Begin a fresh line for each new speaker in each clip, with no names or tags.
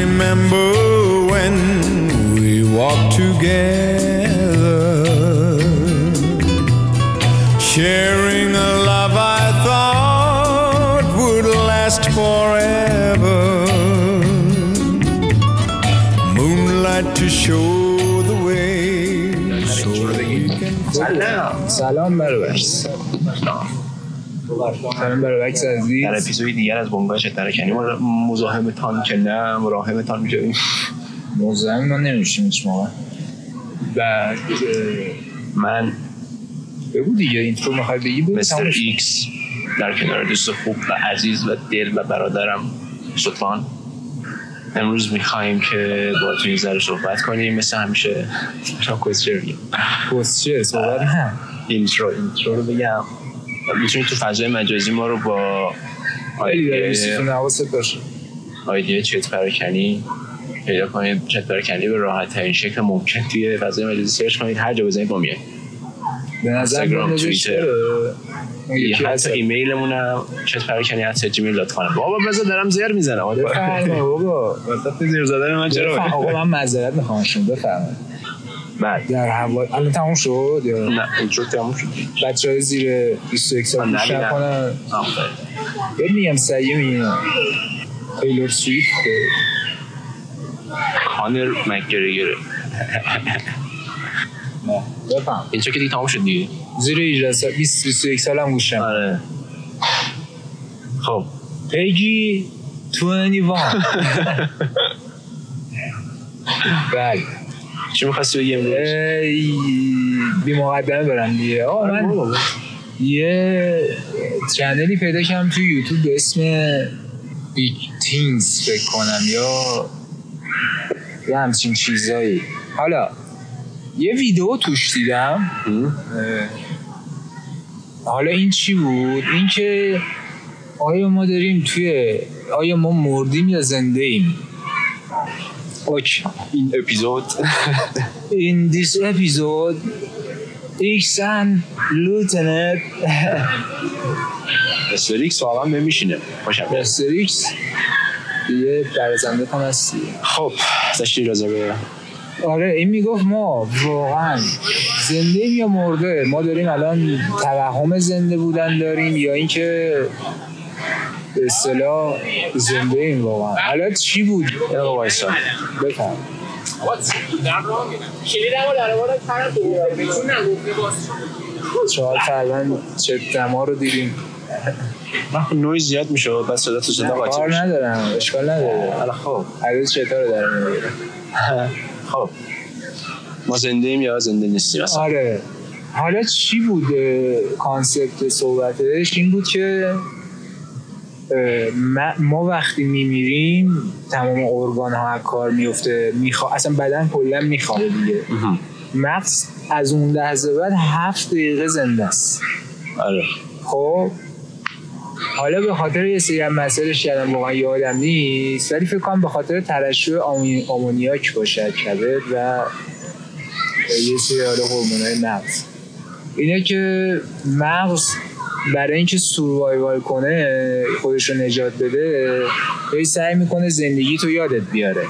remember when we walked together, sharing a love I thought would last forever. Moonlight to show the way, so we can
سلام
سلام برابرس سلام برابرس
در
عزیز
اپیزودی دیگر از بنگاه ترکنی ما مزاحمتان که نه مراهمتان میشویم
مزاحم ما نمیشیم هیچ موقع بعد اه،
من
بگو دیگه اینترو میخوای بگی بگو
مستر
تمومش کن.
ایکس در کنار دوست خوب و عزیز و دل و برادرم سطفان امروز میخوایم که با توی ذره صحبت کنیم مثل همیشه تا کوزچر بگیم
پست چیه صحبت نه
اینترو اینترو رو بگم میتونید تو فضای مجازی ما رو با آره.
خیلی داره
آیدی-
میسوزونه حواست باشه
آیدی چت پراکنی پیدا کنید چت پراکنی به راحت ترین شکل ممکن توی فضای مجازی سرچ کنید هر جا بزنید با میاد
به نظر
اینستاگرام،
من
توییتر.
نوشته، اون یکی
حتی
هست
ایمیلمون هم چت پراکنی حتی جیمیل دات کام بابا بذار دارم زر میزنم
بفرما بابا
زیر زدن من چرا
بفرما. آقا من معذرت میخوام شما بفرمایید
بعد
در هوا الان تموم شد یا
نه اینترو تموم شد
بچه های زیر 21 سال
من
گوش
نبینم.
نکنن
آفرین.
بهت میگم سعیه میگم تیلور سویفت
کانر مکگریگر
نه بفهم
اینترو که دیگه تموم شد دیگه
زیر 18 سال 20 21 سال هم گوش نکن
آره خب
پیگی 21 بله
چی می‌خواستی بگی امروز
ای، بی مقدمه برم دیگه آقا
آره،
من
بابا.
یه چنلی پیدا کردم تو یوتیوب به اسم بیگ تینز فکر کنم یا یه همچین چیزایی حالا یه ویدیو توش دیدم
هم؟
اه، حالا این چی بود اینکه آیا ما داریم توی آیا ما مردیم یا زنده ایم اوکی
این اپیزود
In this episode, X and Lieutenant
استریکس واقعا نمیشینه خوشم
Mr. X دیگه برازنده کن هستی
خب داشتی راجع به
آره این میگفت ما واقعا زنده ایم یا مرده ما داریم الان توهم زنده بودن داریم یا اینکه به اصطلاح زنده ایم واقعا حالا چی بود
یه دقیقه وایسا
بفهم چهار فروند چه دما رو دیدیم
من خب نویز زیاد میشه بعد صدا تو صدا قاطی
کار
میشه
ندارم اشکال نداره
حالا خب
عروض چطور رو در میاره
خب ما زنده ایم یا زنده نیستیم اصلا
آره حالا چی بود اه، کانسپت صحبتش این بود که اه، ما- ما وقتی میمیریم تمام ارگان ها از کار میفته میخوا... اصلا بدن کلا میخوابه دیگه
مهم.
مغز از اون لحظه بعد هفت دقیقه زنده است
آره
خب حالا به خاطر یه سری از مسائلش کردم واقعا یادم نیست ولی فکر کنم به خاطر ترشح آمونی- آمونیاک باشد کبد و یه سری حالا هورمون‌های مغز اینه که مغز برای اینکه سوروایوال کنه خودش رو نجات بده هی سعی میکنه زندگی تو یادت بیاره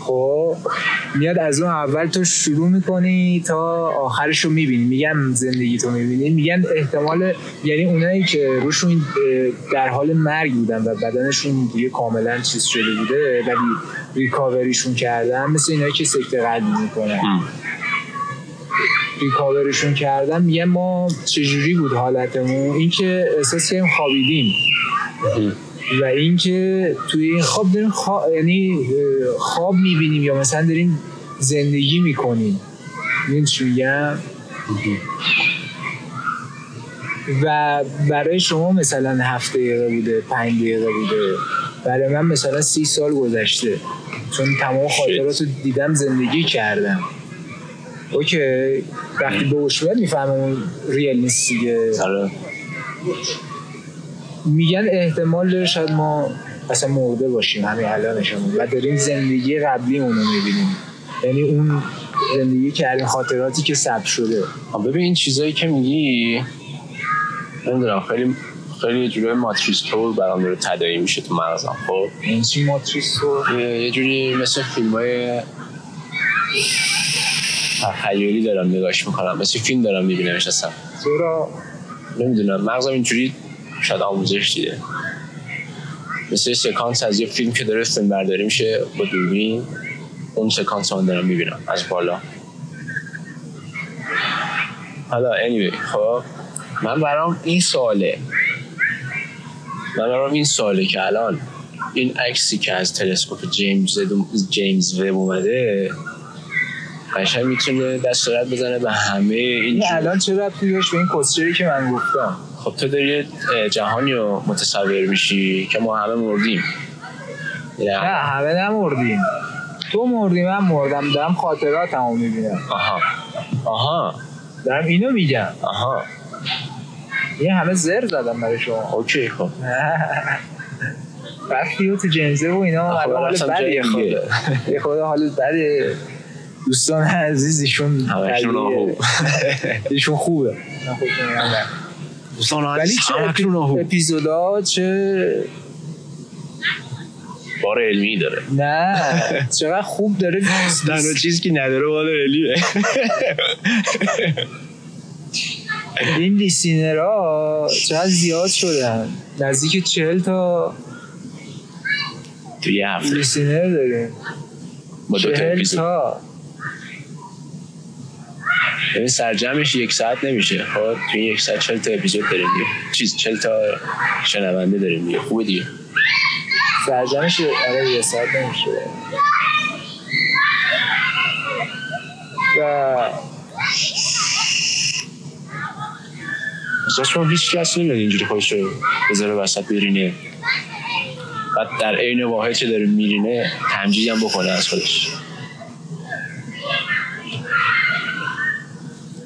خب میاد از اون اول تو شروع میکنی تا آخرش رو میبینی میگم زندگی تو میبینی میگن احتمال یعنی اونایی که روشون اه، در حال مرگ بودن و بدنشون دیگه کاملا چیز شده بوده ولی ریکاوریشون کردن مثل اینایی که سکته قلبی میکنن
هم.
ریکاورشون کردم میگم ما چجوری بود حالتمون اینکه احساس کردیم خوابیدیم و اینکه توی این خواب داریم خوا- یعنی اه، خواب میبینیم یا مثلا داریم زندگی میکنیم این چی میگم و برای شما مثلا هفت دقیقه بوده پنج دقیقه بوده برای من مثلا سی سال گذشته چون تمام خاطرات رو دیدم زندگی کردم اوکی وقتی به عشوه میفهمم اون ریل نیست دیگه
آره
میگن احتمال داره شاید ما اصلا مرده باشیم همین الانشمون و داریم زندگی قبلی اونو میبینیم یعنی اون زندگی کردیم خاطراتی که ثبت شده
آه، ببین این چیزایی که میگی نمیدونم خیلی خیلی یه جوری ماتریس طور برام داره تداعی میشه تو مغزم خب
این چی ماتریس رو
یه یه جوری مثل فیلم های تخیلی دارم نگاش میکنم مثل فیلم دارم میبینمش اصلا
تو را
نمیدونم مغزم اینجوری شاید آموزش دیده مثل سکانس از یه فیلم که داره فیلم برداری میشه با دوربین اون سکانس رو من دارم میبینم از بالا حالا anyway خب من برام این سواله من برام این سواله که الان این عکسی که از تلسکوپ جیمز جیمز وب اومده قشنگ میتونه دست رد بزنه به همه این
این
جور-
یعنی الان چه ربطی داشت به این کسچری که من گفتم
خب تو داری یه جهانی رو متصور میشی که ما همه مردیم یعنی
نه
نه
همه نمردیم تو مردی من مردم دارم خاطراتمو میبینم
آها آها
دارم اینو میگم
آها
این همه زر زدم برای شما
اوکی خب
وقتی و تو جنزه و اینا
آخه
الان حال
رفتم
بدیه
جای دیگه.
خود یه خود حال بده دوستان عزیز ایشون
همشون
بدیه.
آهو.
ایشون خوبه من خودشون میگم نه.
دوستان
ولی
عزیز
چه
همکنون آهو
اپیزودا چه
بار علمی داره
نه چقدر خوب داره
تنها چیزی که نداره بار علمیه
این لیسینرها چقدر زیاد شدن نزدیک چهل تا
تو یه هفته
لیسینر داریم
با دو تا
چهل
اپیزود
تا
ببین سرجمش یک ساعت نمیشه خب تو این یک ساعت چل تا اپیزود داریم دیگه. چیز چل تا شنونده داریم دیگه خوبه دیگه
سرجمش آره یه ساعت نمیشه و
مثلا خب، شما هیچ کس نمیاد اینجوری خودش رو بذاره وسط برینه بعد در عین واحد که داره میرینه تمجید هم بکنه از خودش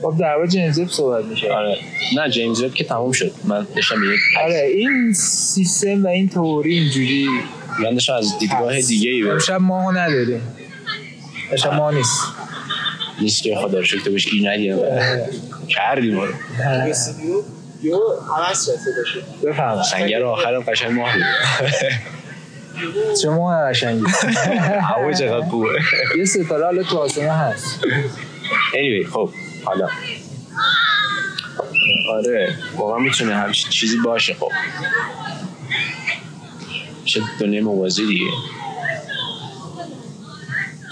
خب در واقع جنزیب صحبت میشه
آره نه جیمز وب که تموم شد من داشتم به یک
آره این سیستم و این تئوری اینجوری
من داشتم از دیدگاه دیگه ای
امشب ماهو نداریم امشب ماه نیست
نیست که خدا رو شکر تو بهش گیر ندیم کردیم آره
بفهم
سنگر آخرم قشنگ ماه بود
چه ماه قشنگی
هوا چقدر خوبه
یه ستاره حالا تو آسمان هست
anyway خب حالا آره واقعا میتونه همچین چیزی باشه خب چه دنیا موازی دیگه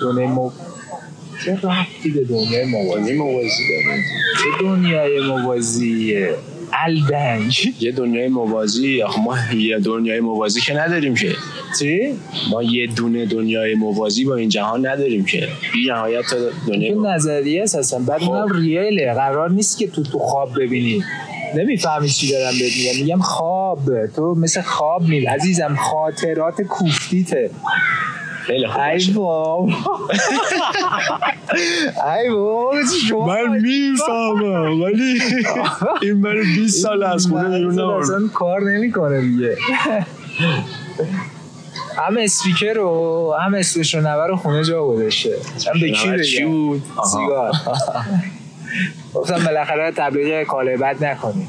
دنیای مو چه رفتی به دنیای موازی
دنیا موازی داره
چه دنیای موازیه الدنگ
یه دنیای موازی آخه ما یه دنیای موازی که نداریم که
چی؟
ما یه دونه دنیای موازی با این جهان نداریم که بی نهایت تا دنیای
این
موازی.
نظریه است اصلا بعد
خب.
اونم ریاله قرار نیست که تو تو خواب ببینی نمیفهمی چی دارم بهت میگم میگم خواب تو مثل خواب میل عزیزم خاطرات کوفتیته
خیلی خوب
ای
باشه.
بابا ای بابا چی شما
من میفهمم ولی این منو 20 سال از خونه بیرون
مغزت
نبرد
اصلا کار نمیکنه دیگه هم اسپیکر رو هم اسپشنور رو خونه جا گذاشته هم به کی
اسپشنور چی
بگم
بود؟ آها.
سیگار گفتم بالاخره تبلیغ کاله بد نکنی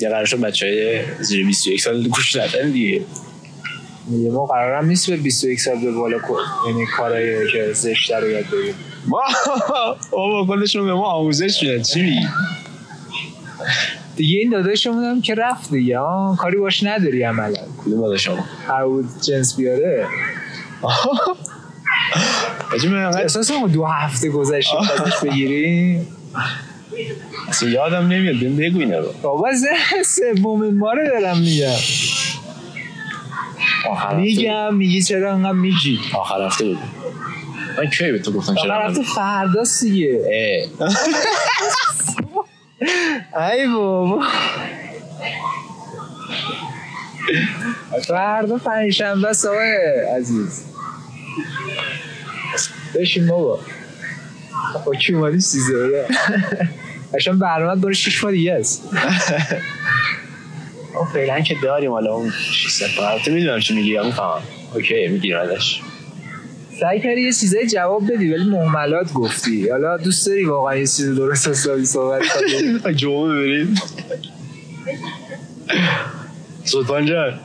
یه قرار شد بچه های زیر 21 سال گوش ندن دیگه
میگه ما قرارم نیست به 21 سال به بالا کن- یعنی کارهای که زشته رو یاد بگیم
ما بابا کلشون به ما آموزش میدن چی میگی
دیگه این داداشمون هم که رفت دیگه آه، کاری باش نداری عملا
کدوم داده شما
هر بود جنس بیاره
بچه من انقدر
احساس ما دو هفته گذشته ازش بگیریم
اصلا یادم نمیاد بهم بگو اینا رو
بابا زه- سومین ما رو دارم میگم
آخر هفته بود.
میگم میگی چرا انقدر میگی
آخر هفته بود من کی به تو گفتم چرا
آخر
نبود؟
هفته فردا سیه
اه.
ای بابا فردا پنجشنبه است آقای عزیز بشین بابا با کی اومدی سیزده قشن برنامه داره شش ماه دیگه است
آه، فعلا که داریم حالا اون 600 البته میدونم چی میگی میفهمم اوکی میگیرم ازش
سعی کردی یه چیزای جواب بدی ولی محملات گفتی حالا دوست داری واقعا یه چیز درست حسابی صحبت کنی
جمعه بریم سلطان جان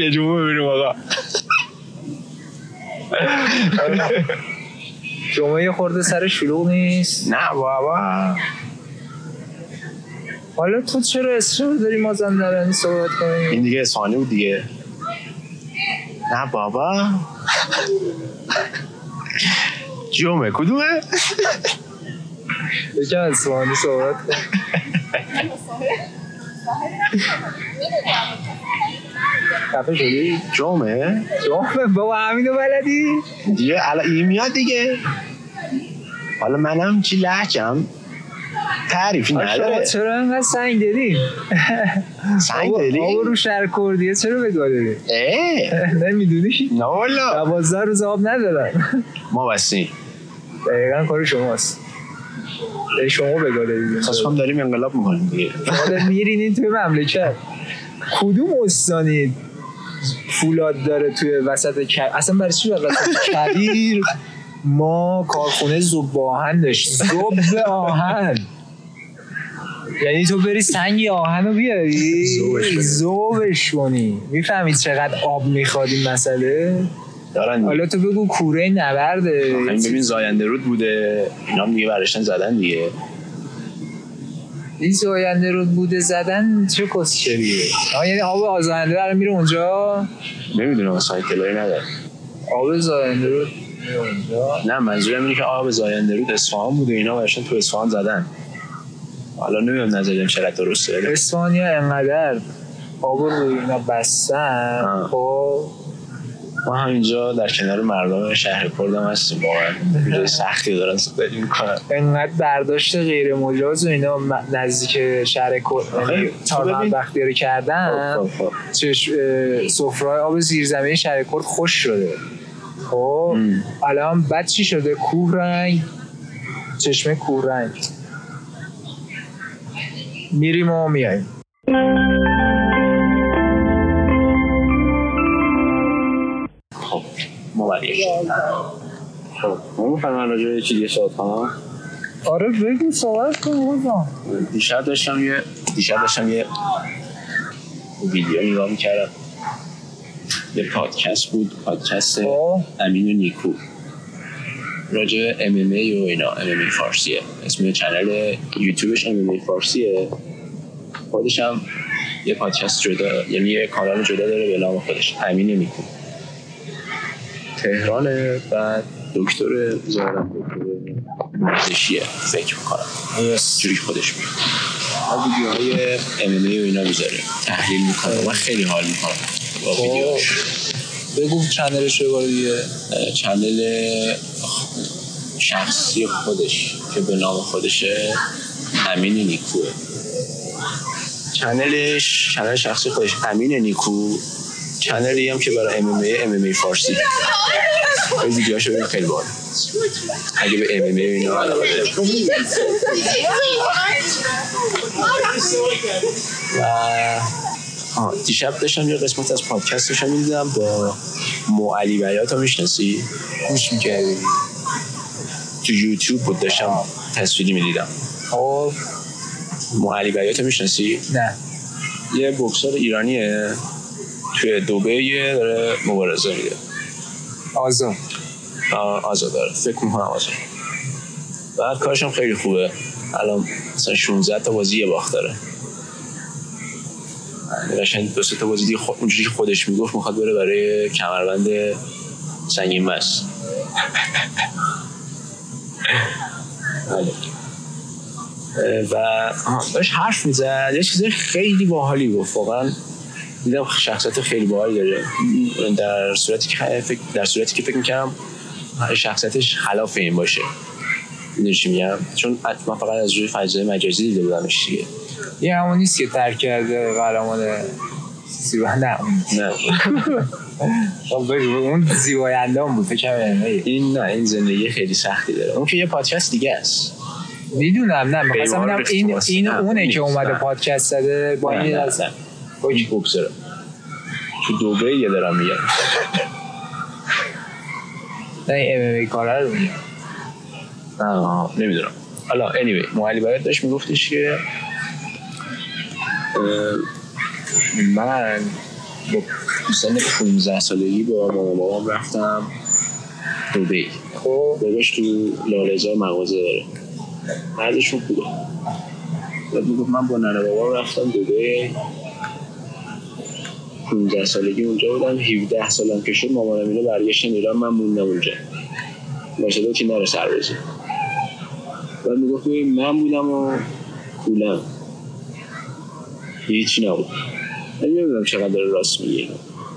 یه جمعه ببینیم آقا
جمعه یه خورده سر شلوغ نیست
نه بابا
حالا تو چرا اصرار داری مازندرانی صحبت کنیم
این دیگه اسفانی بود دیگه نه بابا جمعه کدومه؟
یکم از سوانی صحبت کنیم خفه شدی؟
جمعه؟
جمعه بابا همینو بلدی؟
دیگه الان این میاد دیگه حالا منم چی لحجم تعریفی
آه، شما
نداره
چرا انقدر سنگ داری؟
سنگ داری؟
آب رو شهر کردیه چرا به گاه داری؟
اه،
نمیدونی؟
نه والا
دوازده روز آب ندارن
ما بستیم
دقیقا کار شماست ای شما بگاه دارید
خواست کنم داریم انقلاب میکنیم دیگه
حالا میرینین توی مملکت کدوم استانی فولاد داره توی وسط کبیر اصلا برای چی باید وسط کبیر ما کارخونه زوب آهن داشت زوب آهن یعنی تو بری سنگ آهن رو بیاری
ذوبش کنی.
زوبش کنی میفهمید چقدر آب میخواد این مسئله
دارن دیگه.
حالا تو بگو کوره نبرده
این ببین زاینده رود بوده اینا هم دیگه برشتن زدن دیگه
این زاینده رو بوده زدن چه کسچریه آه، یعنی آب آزاینده رو میره اونجا
نمیدونم اصلا اطلاعی نداره
آب زاینده رو میره اونجا
نه منظورم اینه که آب زاینده رود اصفهان بوده اینا برشتن تو اصفهان زدن حالا نمیدونم نظریم چقدر درسته ولی
اسپانیا انقدر آب رو روی اینا بستن
آه.
خب
ما همینجا در کنار مردم شهر کردم هستیم واقعا جای سختی دارن زندگی میکنن
انقدر برداشت غیر مجاز و اینا م- نزدیک شهر
آخه،
کرد
تو
چهار
ببین.
وقتی رو کردن
خب، خب، خب.
چش سفرهای آب زیرزمینی شهر کرد خوش شده خب
ام.
الان بعد چی شده کوه رنگ چشمه کوه رنگ میریم و میاییم
خب ما برگشت خب ما میفرمان راجع به چی دیگه صحبت کنم
آره بگو صحبت کن بابا
دیشب داشتم یه دیشب داشتم یه ویدیو نگاه میکردم یه پادکست بود پادکست
خب.
امین و نیکو راجع به MMA و اینا MMA فارسیه اسم چنل یوتیوبش MMA فارسیه خودش هم یه پادکست جدا یعنی یه کانال جدا داره به نام خودش امین نیکو تهرانه بعد دکتر زارم دکتر ورزشیه فکر میکنم جوری که خودش میگه ما ویدیوهای ام و اینا میذاره خب. تحلیل میکنه من خیلی حال میکنم با ویدیوهاش
بگو چنلش رو بار دیگه
اه، چنل شخصی خودش که به نام خودشه امین نیکوه چنلش چنل شخصی خودش امین نیکو چنلی هم که برای ام ام ای ام فارسی خب، این ویدیوهاشو ببین خیلی باحال اگه به ام ام ای اینا علاقه داری. و آه، دیشب داشتم یه قسمت از پادکستش رو میدیدم با معلی بیات رو میشناسی
گوش میکردی
تو یوتیوب بود داشتم تصویری میدیدم
خب
معلی بیات رو میشناسی
نه
یه بکسر ایرانیه توی دوبه داره مبارزه میده
آزاد
آه، آزاد آره. داره فکر میکنم آزاد بعد کارشم خیلی خوبه الان مثلا 16 تا بازی یه باخت داره قشنگ دو سه تا بازی دیگه خو- اونجوری که خودش میگفت میخواد بره برای کمربند سنگین مس بله. اه، و آها، داشت حرف میزد یه چیز خیلی باحالی گفت واقعا دیدم شخصیت خیلی باحالی داره در صورتی که فکر در صورتی که فکر میکردم شخصیتش خلاف این باشه میدونی چی میگم چون من فقط از روی فضای مجازی دیده بودمش دیگه
یه همون نیست که ترک کرده قهرمان زیبا نه اون
نه
خب بگو، اون زیبای اندام بود فکر کنم
این نه این زندگی خیلی سختی داره اون که یه پادکست دیگه است
میدونم نه می‌خواستم
پیمان
ببینم
ریخت
این
واسه.
این
نه، اون
اونه
نیست.
که اومده
نه.
پادکست زده با این
نه، نه،
از
نه. با این بگذارم تو دوبه یه دارم میگم
نه ام ام ای کارا رو میگم
نمیدونم حالا anyway معلی برات داشت میگفتش که من با سن 15 سالگی با مامان بابام رفتم دبی
خب
باباش تو لالزار مغازه داره مردشون خوبه بعد میگفت من با ننه بابام رفتم دبی 15 سالگی اونجا بودم 17 سالم که شد مامانم اینو برگشتن ایران من موندم اونجا مرسدو که نره سربازی بعد میگفت ببین من بودم و کولم هیچی نبود من نمیدونم چقدر داره راست میگه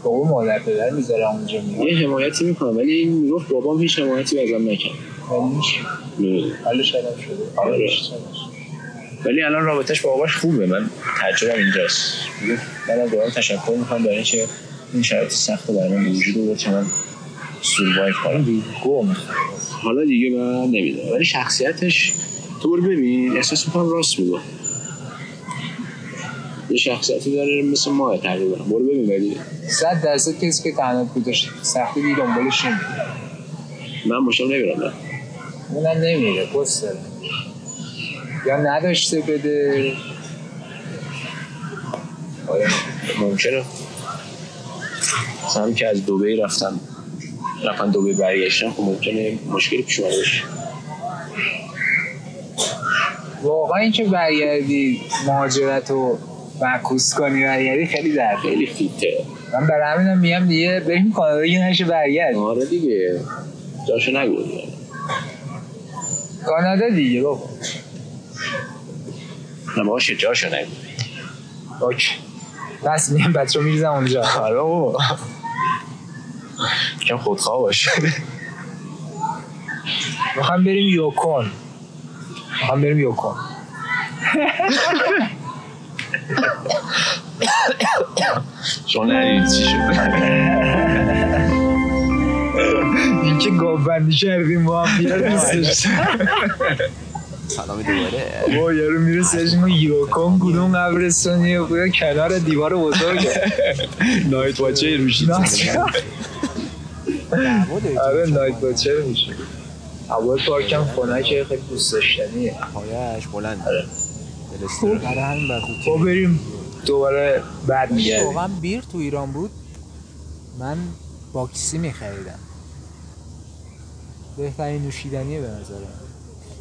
بابا مادر پدر میذاره اونجا میاد
یه حمایتی میکنم ولی این میگفت بابام هیچ حمایتی ازم نکرد
حالش
نمی‌دونم.
حالش خراب شده
آره.
حالش خراب شده.
ولی الان رابطش با باباش خوبه من تعجبم اینجاست میگفت من از بابام تشکر میکنم برای اینکه این شرایط سخت رو برای من به وجود آورد که من سوروایو کنم
گم
حالا دیگه من نمیدونم ولی شخصیتش تو برو ببین احساس میکنم راست میگه یه شخصیتی داره مثل ماه تقریبا برو ببین ولی
صد درصد کسی که تنها بودش سختی بی دنبالش نمیره
من مشم نمیرم نه.
اونم نمیره پست داره. یا نداشته بده
آره ممکنه مثلا هم که از دبی رفتم رفتن دبی برگشتم خب ممکنه مشکلی پیش اومده باشه
واقعا اینکه برگردی مهاجرت رو معکوس کنی برگردی خیلی درده
خیلی فیته
من برای همینم میگم دیگه بریم کانادا یه نشه برگرد
آره دیگه جاشو نگو دیگه.
کانادا دیگه بابا
نه باشه جاشو نگو
اوکی پس میگم بچه رو میریزم اونجا
آره بابا کم خودخواه باشه
میخوام بریم یوکون میخوام بریم یوکون
شما ندید چی شد
این که گابندی کردیم با هم یارو نیستش
سلام دوباره
با یارو میره سرش میگه یوکون کدوم قبرستانیه بوده کنار دیوار بزرگ
نایت واچه روشی
آره نایت باچر میشه اول پارکم خنکه خیلی دوست داشتنیه
پایش بلند
آره.
دلستر برای همین برخوردی.
خب بریم دوباره بعد میگردیم
واقعا بیر تو ایران بود من باکسی میخریدم بهترین نوشیدنیه به نظرم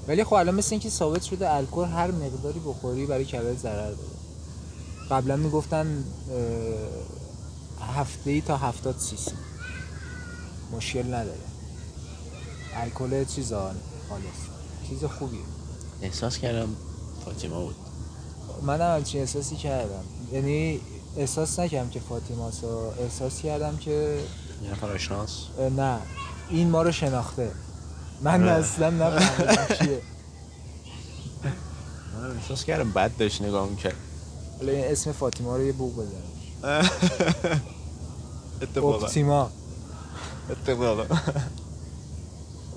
ولی خب الان مثل اینکه ثابت شده الکل هر مقداری بخوری برای کبد ضرر داره قبلا میگفتن هفته ای تا هفتاد سی سی مشکل نداره الکل چیز خالص چیز خوبیه
احساس کردم فاطمه بود
من هم همچین احساسی کردم یعنی احساس نکردم که فاطیماس رو احساس کردم که
یه نفر آشناس
اه، نه این ما رو شناخته من اصلا نفهمیدم چیه
من احساس کردم بد داشت نگاه میکرد
حالا این اسم فاطیما رو یه بوق بزنم خب، فاطیما
اتفاقا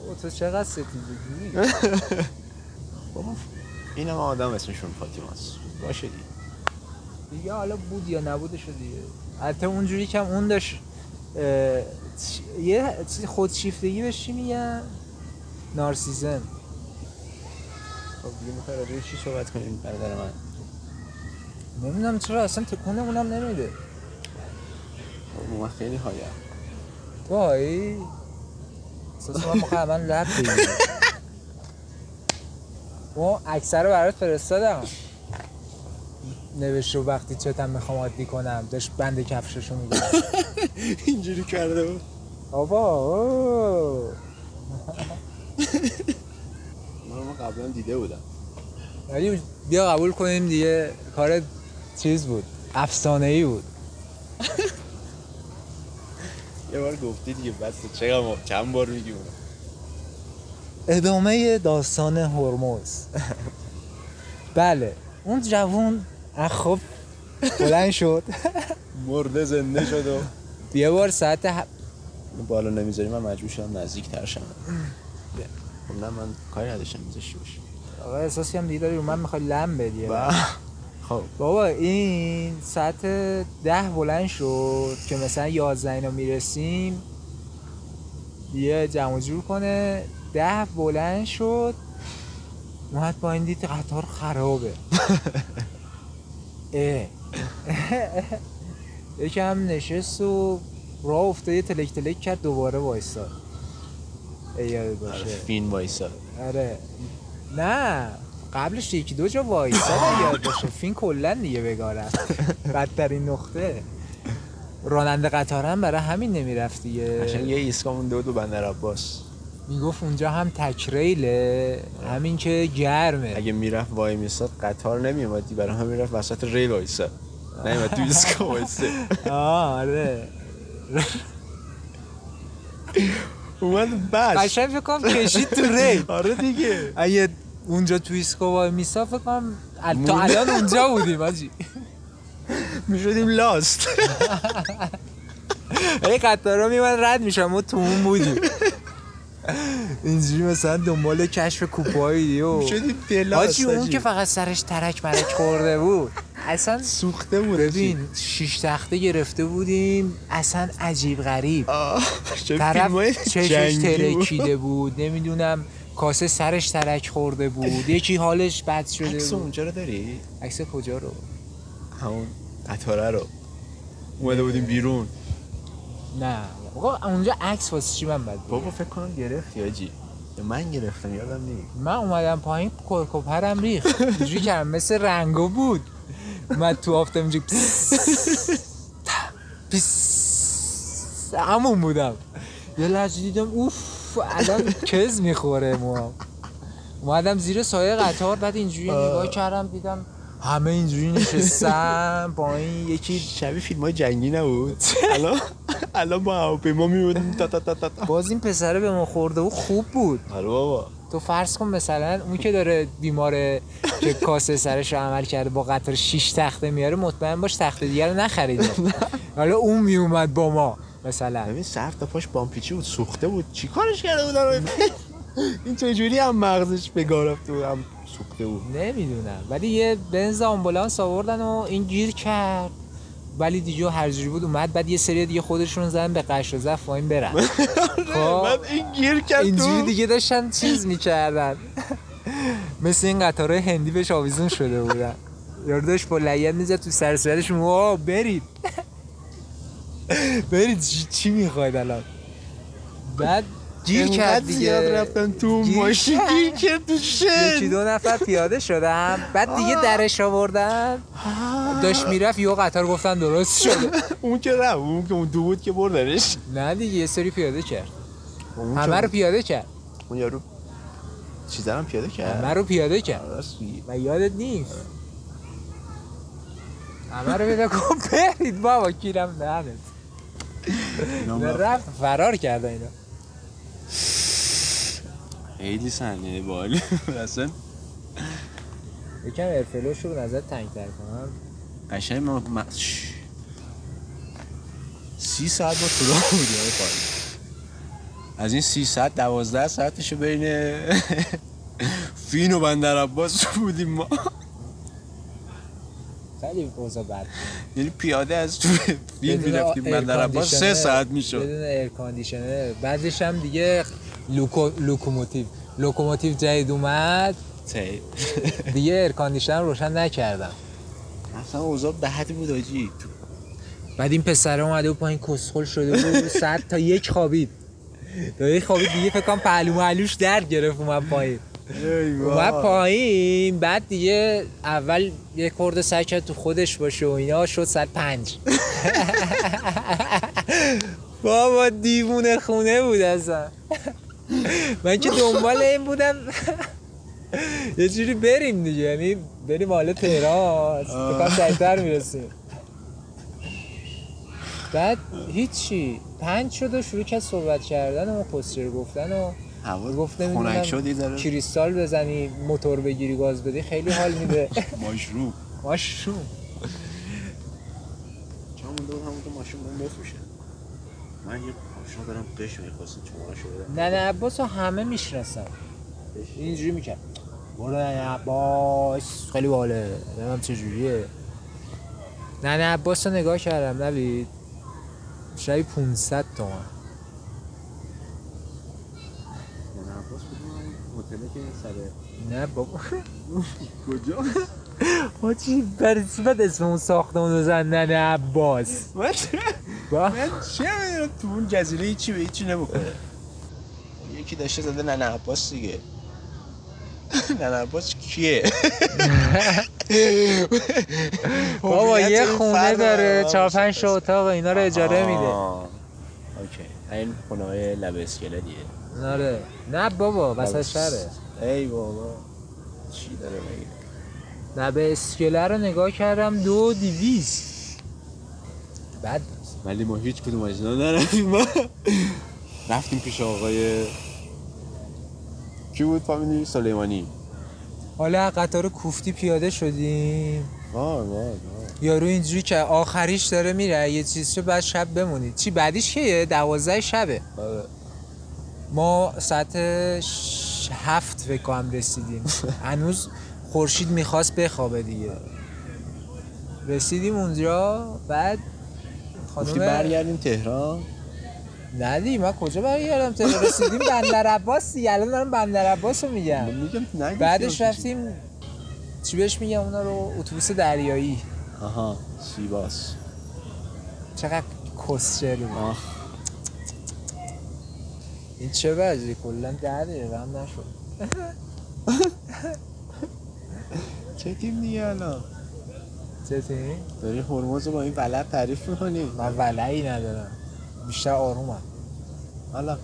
او تو چقدر ستیزگی
بابا این هم آدم اسمشون فاطمه است باشه دیگه
دیگه حالا بود یا نبودش رو دیگه حتی اونجوری که هم اون داشت اه، چ- یه چیز خودشیفتگی بهش چی میگن نارسیزم
خب دیگه میخوای راجعه چی صحبت کنیم برادر من
نمیدونم چرا اصلا تکونه اونم نمیده
بابا من خب، خیلی هایم
وای احساس من موقع من لب بگیره ما اکثر رو برات فرستادم نوشت رو وقتی چتم میخوام عادی کنم داشت بند کفششو میگم
اینجوری کرده بود
آبا اوه.
من من قبلا دیده بودم
ولی بیا قبول کنیم دیگه کار چیز بود افسانه ای بود
یه بار گفتی دیگه بس چقدر ما کم بار میگی اونو
ادامه داستان هرمز بله اون جوون از خواب بلند شد
مرده زنده شد و
یه بار ساعت ه-
اینو بالا نمیذاری من مجبور شدم نزدیک تر شم خب نه من کاری نداشتم میذاشتی باشه
آقا احساسی هم دیگه داری رو من میخوای لم بدی
بله. خب
بابا این ساعت ده بلند شد که مثلا یازده اینا میرسیم یه جمع و جور کنه ده بلند شد اومد با این دید قطار خرابه اه. یکم نشست و راه افتاد یه تلک تلک کرد دوباره وایساد ای یاد
آره،
باشه
فین وایسا
آره نه قبلش یکی دو جا وایساد اگه یاد باشه فین کلا دیگه بگارم بدترین نقطه راننده قطارم برای همین نمیرفت
قشنگ
دیگه
یه ایسکا مونده بود و بندر عباس
میگفت اونجا هم تکریله همین که گرمه
اگه میرفت وای میساد قطار نمیومدی برای هم میرفت وسط ریل وایسا نمیومد تو ایسکا وایسه
آه، آره
اومد بس
قشنگ فکر کنم کشید تو ری
آره دیگه
اگه اونجا تو ایسکو وای میسا فکر کنم ال- تا الان اونجا بودیم آجی
میشدیم لاست
خب. ولی قطارا میمن رد میشم ما تو اون بودیم اینجوری مثلا دنبال کشف کوپایی و
میشدیم دلاست
حاجی اون که فقط سرش ترک مرک خورده بود اصلا
سوخته بود
ببین شیش تخته گرفته بودیم اصلا عجیب غریب
آه، چه آره، فیلمای
طرف چشش
جنگی بود.
ترکیده بود نمیدونم کاسه سرش ترک خورده بود یکی حالش بد شده
عکس
بود
اونجا رو داری
عکس کجا رو
همون قطاره رو اومده بودیم بیرون
نه آقا اونجا عکس واسه چی من بد بود؟
بابا فکر کنم گرفت یا جی یا من گرفتم یادم نیست
من اومدم پایین کرکوپرم ریخت اینجوری کردم مثل رنگو بود من تو آفتم اینجوری پس- پس- همون بودم یه لحظه دیدم اوف الان کز میخوره ما اومدم زیر سایه قطار بعد اینجوری نگاه کردم دیدم همه اینجوری نشستم پایین یکی
شبیه فیلم های جنگی نبود الان الان با هواپیما میبودیم تا تا تا تا تا
باز این پسره به ما خورده و خوب بود
آره بابا
تو فرض کن مثلا اون که داره بیماره که کاسه سرش رو عمل کرده با قطر شیش تخته میاره مطمئن باش تخته دیگه رو نخریده حالا اون میومد با ما مثلا
ببین سر تا پاش بامپیچی بود سوخته بود چیکارش کرده بودن این چجوری هم مغزش به گاه رفته بود هم سوخته بود
نمیدونم ولی یه بنز آمبولانس آوردن و این گیر کرد ولی دیگه هر جوری بود اومد بعد یه سری دیگه خودشون زدن به قش و زف و این برن خب.
بعد این گیر کرد
اینجوری
تو
دیگه داشتن چیز میکردن مثل این قطارهای هندی بهش آویزون شده بودن یارو داشت با لگد میزد تو سر صورتش وا برید برید چی- چی میخواید الان بعد گیر
اینقدر
کرد
زیاد
دیگه
رفتن تو
گیر
ماشین
کرد.
گیر کرد تو
یکی
شن
دو نفر پیاده شدن بعد دیگه درش آوردن داشت میرفت یه قطار گفتن درست شده
اون که رفت اون که اون دو بود که بردنش
نه دیگه یه سری پیاده کرد
اون
همه رو
که-
پیاده کرد
اون یارو چیزا رو هم پیاده کرد
همه رو پیاده کرد
راست میگی.
و یادت نیست همه رو بده کن برید بابا کیرم دهنت
اینا
نه،
هم
رفت فرار کرده اینا
خیلی صحنه بالی بود. اصلا
یکم ارفلوش رو به نظر تنگتر کنم
قشنگ ما ما- شش. سی ساعت با تو راه بودی آقای خالد. از این سی ساعت دوازده ساعتشو بین فین و بندر عباس بودیم ما
خیلی اوضاع بد بود.
یعنی پیاده از تو فین
بدون
میرفتیم
ایر
بندر عباس سه
کاندیشنر،
ساعت میشد
بدون ایر کاندیشنر بعدش هم دیگه لوکو... لوکوموتیو لوکوموتیو جدید اومد دیگه ایر کاندیشنر رو روشن نکردم
اصلا اوضاع بد بود آجی
بعد این پسر اومده بود پایین کسخل شده بود ساعت تا یک خوابید تا یک خوابید دیگه فکر کنم پهلو معلوش درد گرفت اومد پایین اومد پایین بعد دیگه اول یه کرد سعی کرد تو خودش باشه و اینا شد ساعت پنج بابا دیوونه خونه بود اصلا من که دنبال این بودم یه جوری بریم دیگه یعنی بریم حالا تهران بکنم سریعتر میرسیم بعد هیچی پنج شد و شروع کرد صحبت کردن و پستر گفتن و
هوا
گفت
خنک
نمیدونم
شدی داره
کریستال بزنی موتور بگیری گاز بدی خیلی حال میده
ماشروب
ماشروم
چه مونده بود همون که ماشین من بفروشه من یه ماشین برم قش میخواستم چماراشو بدم
ننه عباس رو همه میشناسن اینجوری میکرد برو ننه عباس خیلی باله نمیدونم چجوریه ننه عباس رو نگاه کردم نبید شبیه 500 تومن
من عباس بودم هتل که سر
نه بابا
کجا
حاجی برای چی بعد اسم اون ساختمون رو زندن عباس
من چه
با
من چه میدونم تو اون جزیره هیچی به هیچی نمیخوره یکی داشته زده ننه عباس دیگه ننه عباس کیه
بابا یه
هویت این
خونه
فرد
داره
آدم
چهار
باشه.
پنج تا اتاق اینا رو اجاره میده
آه. اوکی این خونه های لب اسکلتیه
آره نه بابا وسط شهره
ای بابا چی داره میگه
نه به اسکله رو نگاه کردم دو دیویست بعد
ولی ما هیچ کدوم از اینا نرفتیم ما رفتیم پیش آقای کی بود فامیلی سلیمانی
حالا از قطار کوفتی پیاده شدیم
وای وای
یارو اینجوری که آخریش داره میره یه چیز چه بعد شب بمونید چی بعدیش کیه دوازده شبه
وای
ما ساعت ش- هفت فکر کنم رسیدیم هنوز خورشید میخواست بخوابه دیگه رسیدیم اونجا بعد
گفتی
خانم
برگردیم تهران
نه دیگه من کجا برگردم تا رسیدیم بندر عباس دیگه الان دارم بندر عباس رو میگم
من میگم نگفتی
بعدش
همچین چیزی.
رفتیم چی بهش میگم اونا رو اتوبوس دریایی
آها سیباس
چقدر کسچر بود
آه.
این چه وضعی کلا ده دقیقه هم نشد
چه تیم دیگه الان
چطوری؟
داری هرمز رو با این ولد تعریف میکنی
من ولعی ندارم بیشتر آرومم
حالا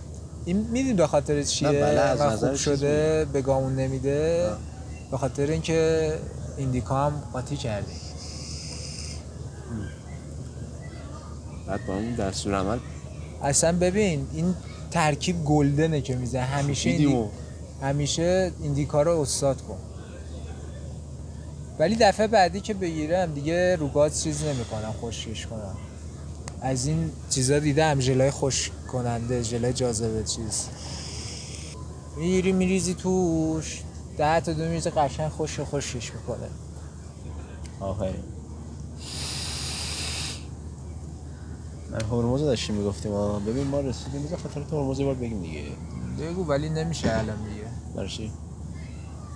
این میدید به خاطر چیه
نه، بله، از
من
نظر
خوب
چیز
شده به گامون نمیده
آه.
به خاطر اینکه ایندیکا هم قاطی کرده
بعد با اون دستور عمل
اصلا ببین این ترکیب گلدنه که میزه همیشه ایندی-
دیدیم و
همیشه ایندیکا رو استاد کن ولی دفعه بعدی که بگیرم دیگه روگاز چیز نمیکنم خشکش کنم از این چیزا دیدم ژلای خشک کننده ژلای جاذبه چیز میگیری میریزی توش ده تا دو میریزه قشنگ خوش خوشش میکنه
آفرین من هرمز رو داشتیم میگفتیم آه. ببین ما رسیدیم بذار خاطر تو هرمز یه بار بگیم دیگه
بگو ولی نمیشه الان دیگه
برای چی؟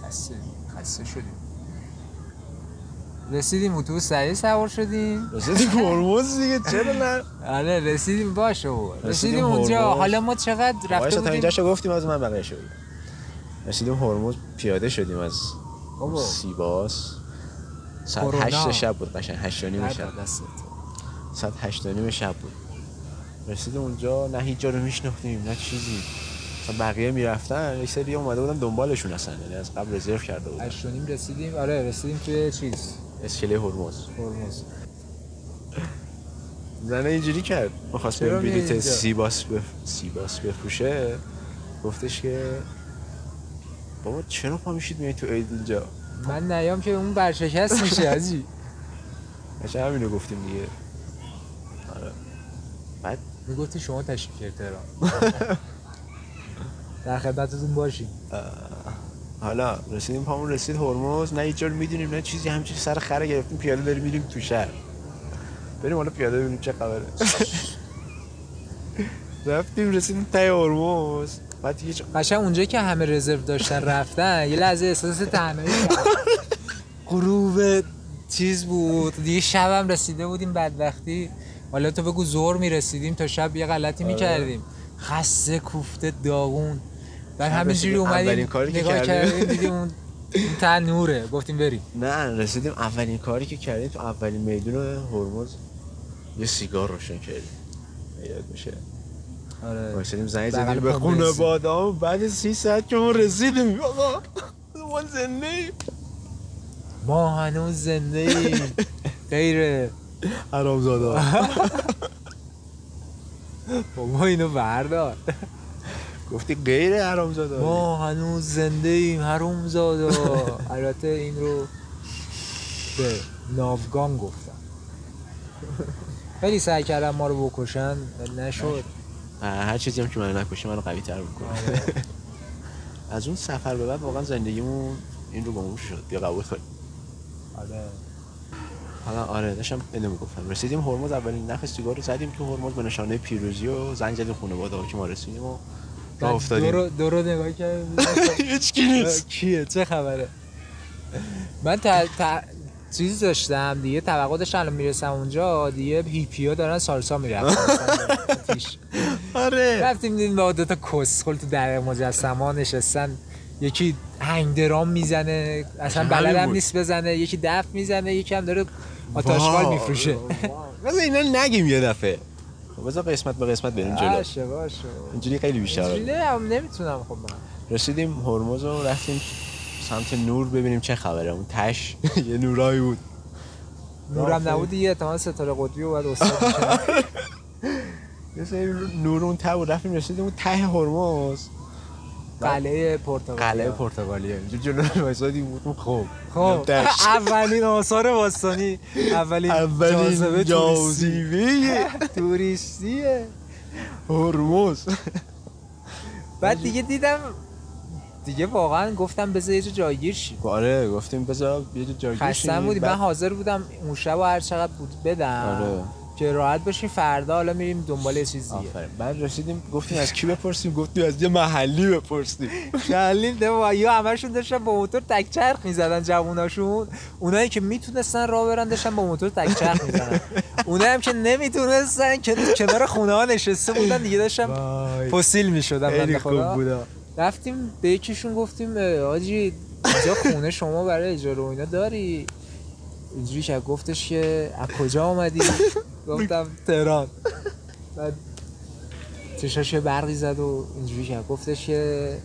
خسته خسته شدیم رسیدیم اتوبوس سریع سوار شدیم
رسیدیم هرمز دیگه چرا نه
آره رسیدیم باشه بابا.
رسیدیم
رسیدیم خب، اونجا
هرمز.
حالا ما چقدر رفته
وایسا تا
بودیم
اینجاشو گفتیم از من بقیه شدیم رسیدیم هرمز پیاده شدیم از
بابا.
سیباس ساعت
کرونا.
هشت شب بود قشنگ هشت و نیم
نبر
شب
دستت.
ساعت هشت و نیم شب بود رسیدیم اونجا نه هیچ جا رو میشناختیم نه چیزی مثلا بقیه میرفتن یه سری اومده بودم دنبالشون اصلا یعنی از قبل رزرو کرده بودم
هشت و نیم رسیدیم آره رسیدیم توی چیز
اسکله هرمز
هرمز
زنه اینجوری کرد میخواست
چرا
بریم
میای
بلیت
اینجا؟
سیباس بف... سیباس بفروشه گفتش که بابا چرا پا میشید میای تو عید اینجا
من نیام که اون برشکست میشه عزیزی
بچه همینو گفتیم دیگه
میگفتی شما تشریف کرد تهران در خدمتتون باشیم
حالا رسیدیم پامون رسید هرمز نه هیچ جا رو میدونیم نه چیزی همچین سر خره گرفتیم پیاده داریم میریم تو شهر بریم حالا پیاده ببینیم چه خبره رفتیم رسیدیم تای هرمز بعد هیچ
قشنگ اونجا که همه رزرو داشتن رفتن یه لحظه احساس تنهایی کردم. غروب چیز بود دیگه شبم رسیده بودیم بدبختی حالا تو بگو زور میرسیدیم تا شب یه غلطی
آره.
میکردیم خسته کوفته داغون بعد
شب
همینجوری
رسیدیم. اولین
اومدیم
کاری که
نگاه
کردیم.
کردیم دیدیم اون اون تنوره گفتیم بریم
نه رسیدیم اولین کاری که کردیم تو اولین میدون هرمز یه سیگار روشن کردیم یاد میشه
آره
رسیدیم زنگ
بغل
زدیم به
پام
خونه
رسید.
بادا بعد سی ساعت که ما رسیدیم آقا ما زنده ایم
ما هنوز زنده ایم غیره
حرامزاده
بابا اینو بردار
گفتی غیر حرامزاده
ما هنوز زنده ایم حروم زاده البته این رو به ناوگان گفتم ولی سعی کردم ما رو بکشن نشد
هر چیزی هم که منو نکشه منو قوی تر میکنه از اون سفر به بعد واقعا زندگیمون این رو گمون شد بیا قبول کنیم
آره.
حالا آره داشتم اینو میگفتم رسیدیم هرمز اولین نخ سیگار رو زدیم تو هرمز به نشانه پیروزی و زنگ زدیم خونه بادا که ما رسیدیم و راه افتادیم
دورو, دورو نگاه کردیم
هیچ کی نیست
کیه چه خبره من تا, تا... چیز داشتم دیگه توقع داشتم الان میرسم اونجا دیگه هیپیا دارن سالسا میرفتن
آره
رفتیم دیدیم با دوتا کسخل تو در مجسمه ها نشستن یکی هنگدرام میزنه اصلا
همین
بلد هم
بود.
نیست بزنه یکی دف میزنه یکی هم داره آتاشخال میفروشه
بذار اینا نگیم یه دفعه خب بذار قسمت به قسمت بریم جلو
باشه باشه
اینجوری خیلی بیشتر
نه نمیتونم خب من
رسیدیم هرمز رو رفتیم سمت نور ببینیم چه خبره اون تش یه نورایی بود
نورم نبود دیگه احتمال ستاره قطبی رو باید استاد می‌کردم.
یه سری نور اون ته بود رفتیم رسیدیم اون ته هرمز
قلعه پرتغال
قلعه پرتغالیه اینجا جلو وایسادی بود خب
خب
دشت.
اولین آثار باستانی اولین جاذبه توریستی توریستیه
هرمز
بعد دیگه دیدم دیگه واقعا گفتم بذار یه جا جایگیر شی
آره گفتیم بذار یه جا جایگیر
خستم
شیم.
بودیم من
بعد-
حاضر بودم اون شب و هر چقدر بود بدم
آره.
که راحت باشیم فردا حالا میریم دنبال یه چیز دیگه
آفرین. بعد رسیدیم گفتیم از کی بپرسیم گفتیم از یه محلی بپرسیم
دلیل ده با یا همشون داشتن با موتور تک چرخ میزدن جووناشون اونایی که میتونستن راه برن داشتن با موتور تک چرخ میزدن اونایی هم که نمیتونستن که کنار خونه ها نشسته بودن دیگه داشتن پسیل میشدن
خیلی
بنده
خوب
خدا
بودا
رفتیم به یکیشون گفتیم اه، حاجی اینجا خونه شما برای اجاره و اینا داری اینجوری که گفتش که از کجا آمدی گفتم تهران بعد چشاش یه برقی زد و اینجوری که گفتش که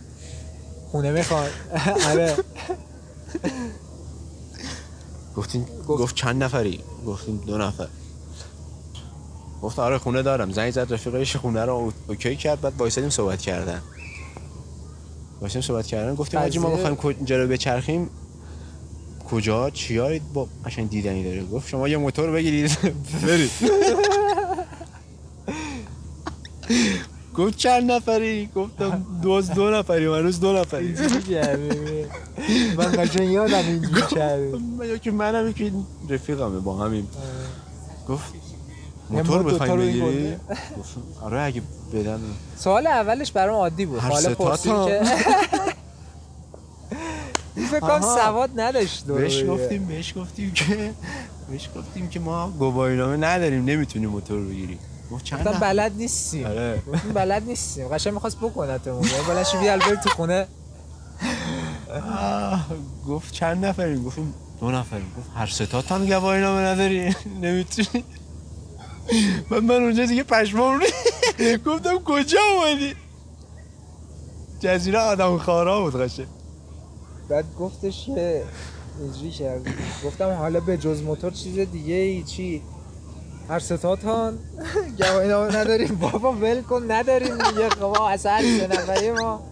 خونه میخواد آره
گفتیم
گفت-
گفت چند نفری گفتیم دو نفر گفت آره خونه دارم زنگ زد رفیقش خونه رو او- اوکی کرد بعد وایسادیم صحبت کردن وایسادیم صحبت کردن گفتیم آجی ما
قضیه-
بخوایم اینجا رو بچرخیم کجا چی دارید با قشنگ دیدنی داره گفت شما یه موتور بگیرید برید گفت چند نفری گفتم دو دو نفری من روز دو نفری
اینجوری کردیم. من قشنگ یادم اینجوری کردیم
من یکی منم یکی رفیقمه با همین گفت
یه
موتور
موتور
بخوایم
رو این
بگیری
گنده.
گفتم آره اگه بدن
سوال اولش برام عادی بود
هر
حالا
سه تا
پرسید
تا.
که این فکر کنم
آها.
سواد نداشت دور و
بهش
بریه.
گفتیم بهش گفتیم که بهش گفتیم که ما گواهینامه نداریم نمیتونیم موتور بگیریم گفت چند
گفتم
نفر؟
بلد نیستیم
آره
گفتیم بلد نیستیم قشنگ میخواست بکنتمون یه بلند شو بیال بریم تو خونه
آه، گفت چند نفریم گفتیم دو نفریم گفت هر ستات هم گواهینامه نداری نمیتونی من من اونجا دیگه پشمام ری- گفتم کجا اومدی جزیره آدم خارا بود قشه
بعد گفتش که اینجوری کرد گفتم حالا به جز موتور چیز دیگه ای چی هر ستاتان گواهی نامه نداریم بابا ول کن نداریم دیگه خب ما از هر سه نفری ما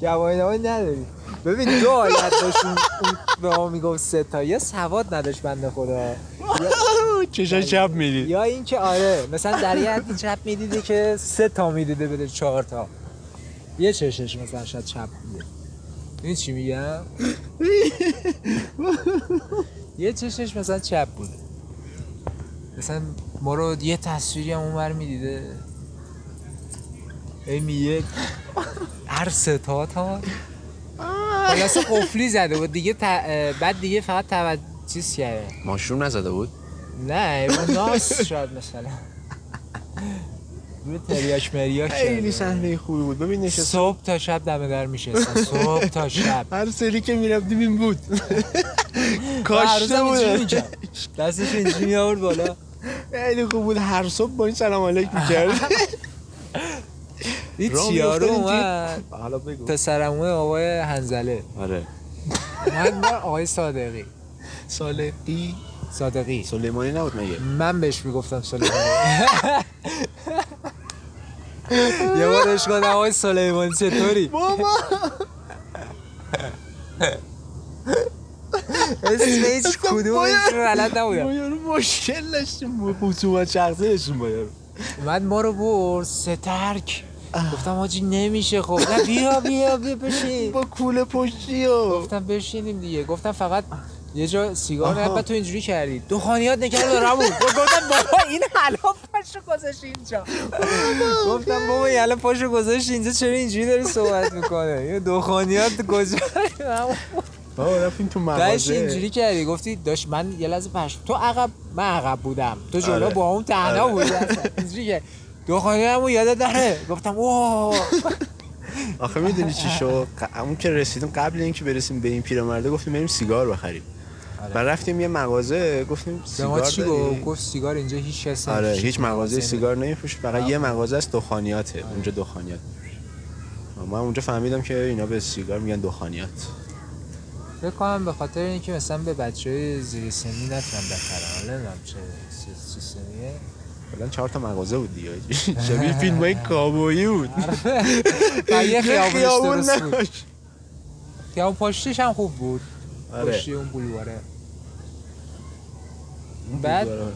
گواهی نامه نداریم ببین دو حالت داشت اون اون به ما میگفت سه تا یه سواد نداشت بنده خدا
چشا چپ میدید
یا اینکه آره مثلا در یه حدی چپ میدیده که سه تا میدیده بده چهار تا یه چشش مثلا شاید چپ بوده این چی میگم یه چشش مثلا چپ بوده مثلا ما رو یه تصویری هم اونور میدیده ای میگه هر سه تا تا خلاصه قفلی زده بود دیگه ت- بعد دیگه فقط توجه چیز کرده
ماشروم نزده بود
نه با ناس شاید مثلا روی تریاش مریاش
خیلی
شده.
صحنه خوبی بود ببین نشست
صبح تا شب دم در میشستن صبح تا شب
هر سری که میرفتیم این بود
هر
کاشته
روزم اینجوری
بود
می‌کرد. دستش اینجوری میآورد بالا
خیلی خوب بود هر صبح با این سلام علیک میکرد
این
راه
چیارو
می‌افتادیم توی-
اومد
حالا بگو
پسرمون آقای هنزله
آره
اومد با آقای صادقی
سالقی
صادقی
سلیمانی نبود مگه
من بهش میگفتم سلیمانی یه بارش کنم آقای سلیمانی چطوری
بابا
اسم هیچ
اصلا
کدومش
باید-
رو بلد نبودم
ما یارو مشکل داشتیم خصومت شخصی داشتیم با یارو
اومد ما رو برد سترک گفتم حاجی نمیشه خب نه بیا بیا بیا بشین
با کوله پشتی و
گفتم بشینیم دیگه گفتم فقط یه جا سیگار
آها.
نه بعد تو اینجوری کردی دخانیات نکرد رمون گفتم بابا این حالا پاشو گذاشت اینجا گفتم بابا این حالا پاشو گذاشت اینجا چرا اینجوری داری صحبت میکنه یه دخانیات کجا
بابا رفتیم تو
داشت
مغازه
اینجوری کردی گفتی داشت من یه لحظه پش تو عقب من عقب بودم تو جلو
آره.
با اون تنها
آره.
بودی اصلا. اینجوری که دخانه همون یادت نره گفتم اوه
آخه میدونی چی شد ق- اون که رسیدیم قبل اینکه برسیم به این پیرمرده گفتیم بریم سیگار بخریم و رفتیم یه مغازه گفتیم
آره. به ما
سیگار
چی
داری؟
گفت گفت سیگار اینجا هیچ کس
آره
نمی‌فروشه.
هیچ مغازه
نمی‌فروشه.
سیگار نمیفروشه فقط یه مغازه است دخانیاته اونجا دخانیات می‌فروشه. من اونجا فهمیدم که اینا به سیگار میگن دخانیات
فکر کنم به خاطر اینکه مثلا به بچه زیر سنی نتونم بخرم حالا نمیدونم چه چه- چه سنیه
کلا چهار تا مغازه بود دیگه شبیه فیلم های کابویی بود
و یه خیابونش درست بود
نباش.
خیابون پشتش هم خوب بود
آره
پشتی اون بلواره
اون
بعد-
بود، آره، آره.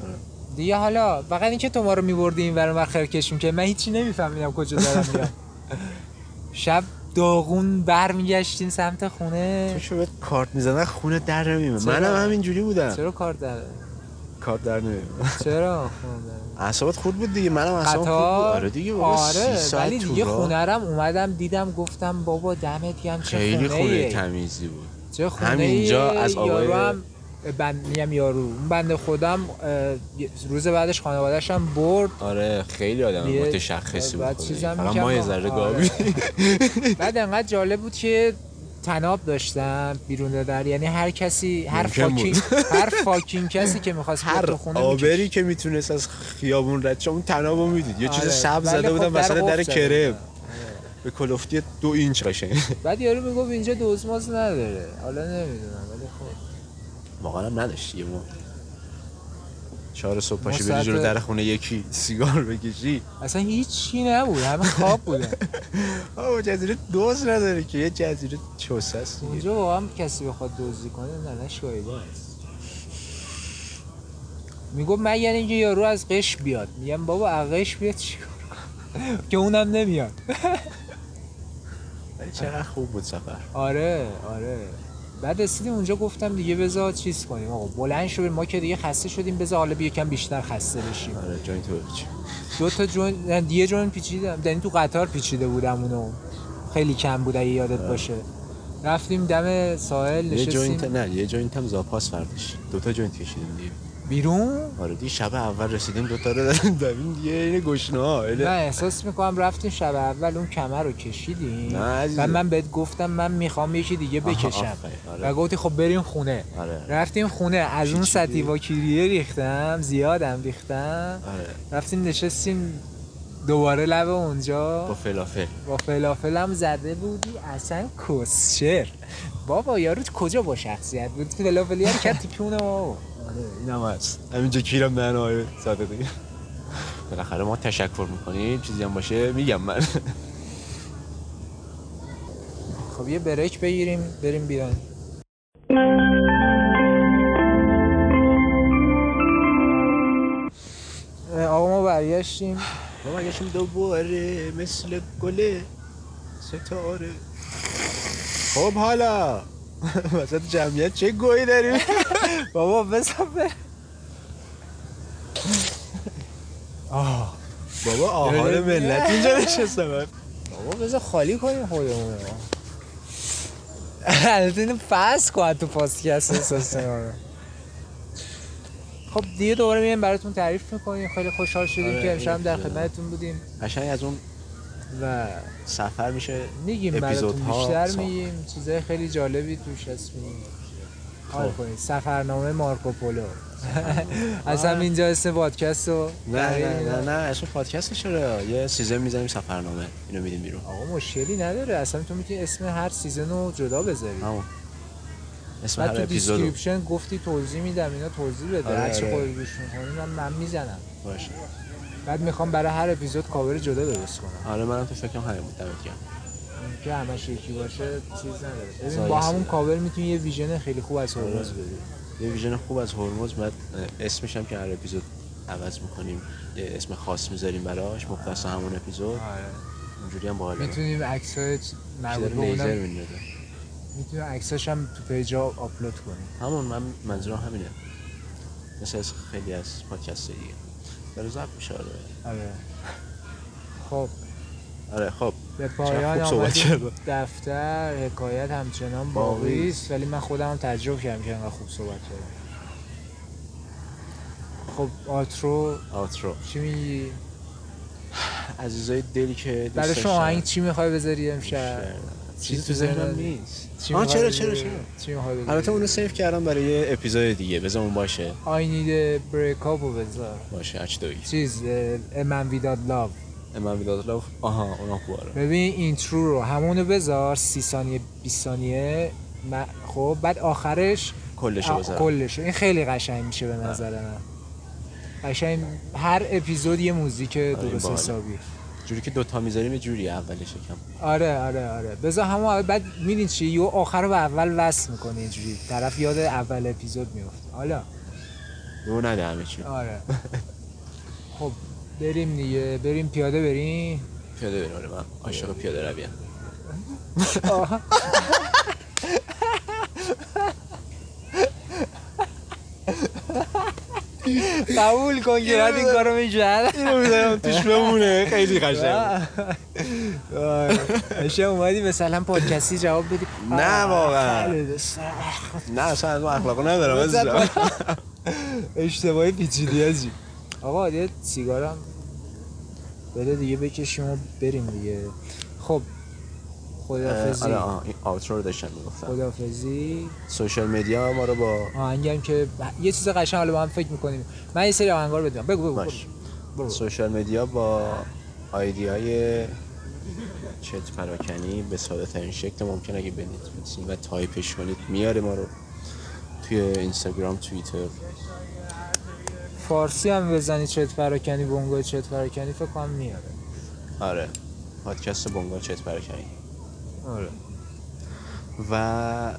دیگه حالا فقط اینکه تو ما رو میبردی این ور من خرکش که من هیچی نمیفهمیدم کجا دارم میرم شب داغون برمیگشتیم سمت
تو
خونه
چون بهت کارت میزنن خونه در نمیمه
چرا؟
منم همینجوری بودم
چرا کار داره
کارت در نمیمه
چرا خونه داره؟
اعصابت خود بود دیگه منم اعصابم خود بود
قطار
آره دیگه بابا سی
آره
ساعت
ولی
تو
دیگه
راه.
خونرم اومدم دیدم گفتم بابا دمت گم چه
خیلی خونه
خونه
تمیزی بود
چه خونه
همینجا از آقای-
یارو هم بند میگم یارو اون بنده خودم اه، یه- روز بعدش خانواده‌ش هم برد
آره خیلی آدم
یه-
متشخصی بود
بعد
خدایی.
چیزم
فقط
می‌کرد
ما یه
آه.
ذره
آره.
گاوی
بعد انقدر جالب بود که تناب داشتن بیرون در یعنی هر کسی هر
ممکن
فاکینگ هر فاکینگ کسی که میخواست بیاد تو خونه می‌کشید.
آبری که میتونست از خیابون رد شه اون تنابو میدید یه چیز
آره.
سبز
ولی
زده
خب
بودن
در
وسط
قفل
در
زده
کرم
بودن.
به کلوفتی دو اینچ قشنگ
بعد یارو میگفت اینجا دوزماز نداره حالا نمیدونم ولی خب
واقعا هم نداشت یه ما چهار صبح پاشی بری
ما ساعت-
جلو در خونه یکی سیگار بکشی
اصلا هیچی نبود همه خواب بودن
آه جزیره دوز نداره که یه جزیره چوسه است دیگه.
اونجا واقعا کسی بخواد دزدی کنه نه نه شایده است میگفت مگر اینکه یارو از قش بیاد میگم بابا از قش بیاد چیکار کنم؟ که اونم نمیاد
ولی چقدر خوب بود سفر
آره آره بعد رسیدیم اونجا گفتم دیگه بذار چیز کنیم آقا بلند شو بریم. ما که دیگه خسته شدیم بذار حالا بیا کم بیشتر خسته بشیم
آره جای تو چی؟
دو تا جون نه، یه جون پیچیدم یعنی تو قطار پیچیده بودم اونو خیلی کم بود اگه یادت باشه رفتیم دم ساحل
یه جوینت
نشستیم
نه یه جوینت هم زاپاس فردش دو تا جوینت کشیدیم دیگه
بیرون
آره دیگه شب اول رسیدیم دو تا رو دادیم دمیم دیگه این گشنه ها
من احساس میکنم رفتیم شب اول اون کمر رو کشیدیم
نه عزیزم.
و من بهت گفتم من میخوام یکی دیگه بکشم
آره.
و گفتی خب بریم خونه
آره.
رفتیم خونه از اون
پیچیدی.
سطحی واکیریه ریختم زیادم ریختم
آره
رفتیم نشستیم دوباره لب
با
اونجا
فلافل
با فلافلم زده بودی اصلا کسشر بابا یارو کجا با شخصیت بود فلافلی رو کرد تیکونه بابا
آره، اینم هست همینجا کیرم نه آره صادقی بالاخره ما تشکر میکنیم چیزی هم باشه میگم من
خب یه بریک بگیریم بریم بیرون اه، آقا ما برگشتیم
ما مگشیم دوباره مثل گله ستاره خب حالا وسط جمعیت چه گویی داریم
بابا بزن بریم.
بابا آهان ملت اینجا نشسته
بابا بذار خالی کنیم خودمون رو البته اینو پس کن تو پادکست احساس کنم. خب دیگه دوباره میایم براتون تعریف میکنیم خیلی خوشحال شدیم
آره،
که امشب هم در
خیلی.
خدمتتون بودیم
قشنگ از اون
و
سفر میشه
میگیم براتون
اپیزودها
بیشتر
ساخت.
میگیم چیزای خیلی جالبی توش هست میگیم
خب.
حال کنید سفرنامه مارکوپولو از همینجا اسم پادکست رو
آره. نه
تغییر
نه نه نه
میدم.
اسم پادکست چرا یه سیزن میزنیم سفرنامه اینو میدیم بیرون
آقا مشکلی نداره اصلا تو میتونی اسم هر سیزن رو جدا بذاری
همون اسم
بعد
هر
تو
اپیزودو
دیسکریپشن گفتی توضیح میدم اینا توضیح بده
آره،
هر چی
آره.
خودت گوش می‌کنی، من من میزنم
باشه
بعد میخوام برای هر اپیزود کاور جدا درست کنم
آره منم تو فکرم همین بود دمت گرم
که همش یکی باشه چیز نداره ببین
سایه
با همون
سیاه.
کاور میتونی یه ویژن خیلی خوب از
آره.
هرمز بدی
یه ویژن خوب از هرمز بعد اسمش هم که هر اپیزود عوض میکنیم یه اسم خاص میذاریم براش مختص همون اپیزود
آره.
اونجوری هم باحال
میتونیم عکس های مربوط به
لیزر
اونم
میندازه
میتونیم عکساش هم تو پیجا آپلود کنیم
همون من منظورم همینه مثل از خیلی از پادکست دیگه داره ضبط میشه آره
آره خب
آره خب
به
چقدر
پایان
خوب صحبت
آمدیم.
کردم.
دفتر حکایت همچنان باقی است ولی من خودم هم تجربه کردم که انقدر خوب صحبت کردم خب آترو
آترو
چی میگی؟
عزیزای دلی که دوست
برای شما
داشتن.
آهنگ چی میخوای بذاری امشب؟
چیزی تو ذهنم نیست
چی
آه،
می‌خوای
چرا،
بذاری؟
چرا، چرا؟
چی میخوای بذاری؟
البته اونو سیف کردم برای یه اپیزود دیگه بذار اون باشه
I need a break up رو بذار
باشه اچ دوی
چیز من ویداد love
من بیداد لاف آها اونا خوبه آره.
ببین اینترو رو همونو بذار سی ثانیه 20 ثانیه من- خب بعد آخرش
کلشو
آ-
بذارم
کلش این خیلی قشنگ میشه به نظر من قشنگ هر اپیزود یه موزیک درست
آره، باحاله.
حسابی
جوری که دوتا میذاریم یه جوری اولش یکم
آره آره آره بذار همون اول- بعد میدین چی یو آخر رو به اول وصل میکنه اینجوری طرف یاد اول اپیزود میفته حالا
دو نده همه چی
آره خب بریم دیگه بریم پیاده بریم
پیاده بریم آره من عاشق پیاده رویم
قبول کن که بعد این کارو میکرد
اینو میذارم توش بمونه خیلی
میشه اومدی مثلا پادکستی جواب بدی
نه واقعا.
خیلی سخت.
نه اصلا از اون اخلاقو ندارم عزیزم.
اشتباهی پیچیدی آجی آقا یه سیگارم بده دیگه بکشیم و بریم دیگه خب
اه،
خدافزی
آره آه، این آوترو رو داشتم میگفتم
خدافزی
سوشال مدیا ما رو با
آهنگم که یه چیز قشنگ حالا با هم فکر میکنیم من یه سری آهنگا رو بدونم بگو بگو
باش
برو.
سوشال مدیا با آیدی های چت پراکنی به ساده ترین شکل ممکن اگه بنویسید بنویسید و تایپش کنید میاره ما رو توی اینستاگرام توییتر
فارسی هم بزنی چت پراکنی بونگو چت پراکنی فکر کنم میاره
آره پادکست بونگا چت پراکنی
آره
و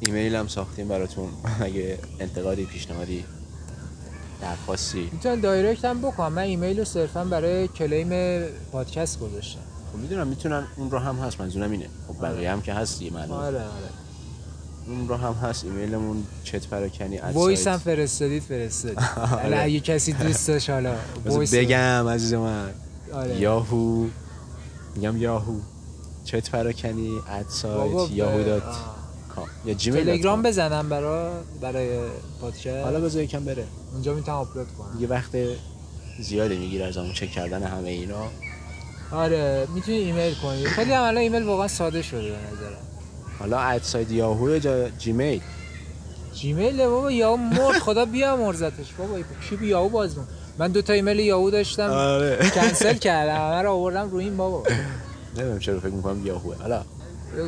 ایمیل هم ساختیم براتون اگه انتقادی پیشنهادی درخواستی
میتونم دایرکت هم بکنم من ایمیل رو صرفا برای کلیم پادکست گذاشتم
خب میدونم میتونن اون رو هم هست منظورم اینه خب بقیه هم که هست دیگه معلومه
آره آره
اون رو هم هست ایمیلمون چت پراکنی at
وایس
site.
هم فرستادید فرستادید
آره.
حالا اگه کسی دوست داشت حالا
بذار
وایس
بگم عزیز من
آره.
یاهو میگم یاهو چت پراکنی اد
بابا،
سایت یاهو
به-
دات
آه.
کام یا جیمیل
تلگرام بزنم برای برای پادکست
حالا بذار یکم بره
اونجا میتونم آپلود کنم
دیگه وقت زیادی میگیره از اون چک کردن همه اینا
آره میتونی ایمیل کنی خیلی هم الان ایمیل واقعا ساده شده به نظرم
حالا اد سایت یاهو یا جا- جیمیل
جیمیل بابا یاهو مرد خدا بیا مرزتش بابا کی بی یاهو باز می‌کنه؟ من دو تا ایمیل یاهو داشتم
آره
کنسل کردم همه رو آوردم رو این بابا
نمیدونم چرا فکر میکنم یاهوه حالا
بگو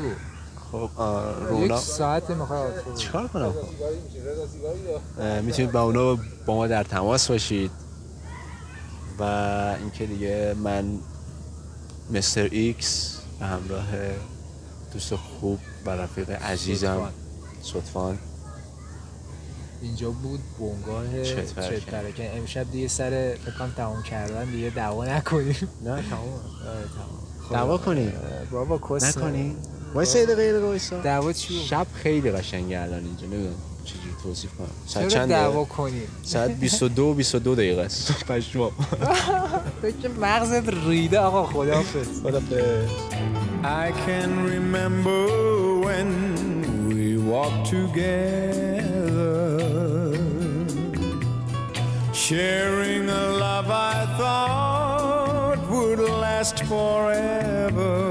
خب آه،
یک
رونا
ساعت میخوای
چیکار کنم خب اه، میتونید با اونا با ما در تماس باشید و اینکه دیگه من مستر ایکس به همراه دوست خوب و رفیق عزیزم صدفان
اینجا بود بنگاه
چت پرکن.
چت پرکن. امشب دیگه سر فکرم تمام کردن دیگه دعوا نکنیم آره،
نه تمام خب، دعوا کنیم
بابا کس
نکنیم وایسا یه دقیقه یه دقیقه وایسا
دعوا چی بود؟
شب خیلی قشنگه الان اینجا نمیدونم چجوری توصیف کنم ساعت
چرا
چنده؟
دعوا کنیم
ساعت 22 22 دقیقه است پشمام
فکر مغزت ریده آقا خدافظ
خدافظ.
I can remember when we walked together, sharing a love I thought would last forever.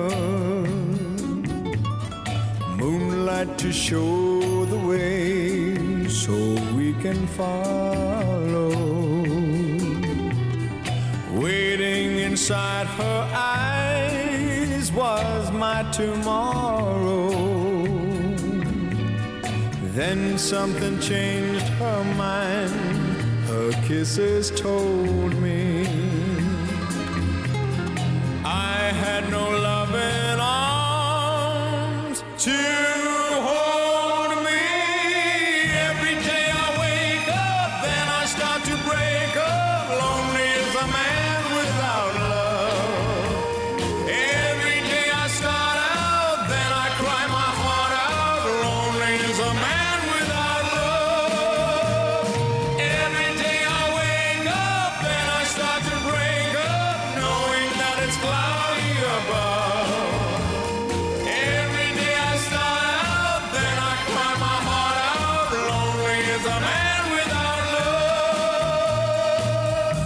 Moonlight to show the way so we can follow. Waiting inside her eyes was my tomorrow. Then something changed her mind. Her kisses told me I had no loving arms to hold me. Every day I wake up, then I start to break up. Lonely is a man without love. Every day I start out, then I cry my heart out. Lonely is a man without love. Every day I wake up and I start to break up, knowing that it's cloudy above. a man without love.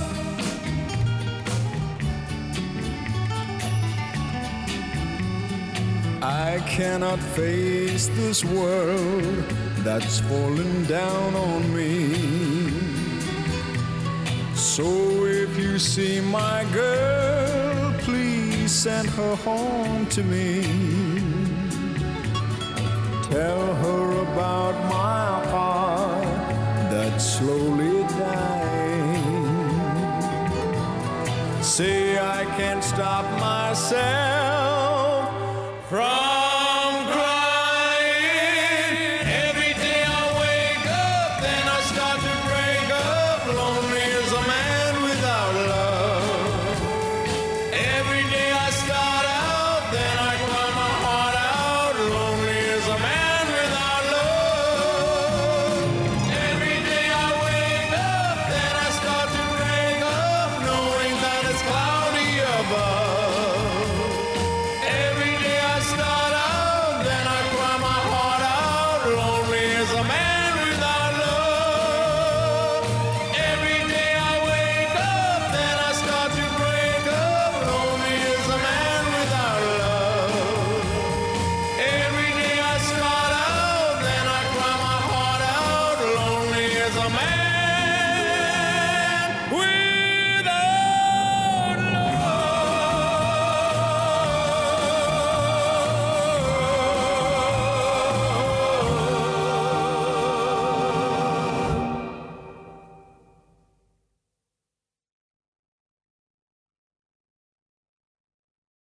I cannot face this world that's falling down on me. So if you see my girl, please send her home to me. Tell her about my heart that's slowly dying. Say I can't stop myself.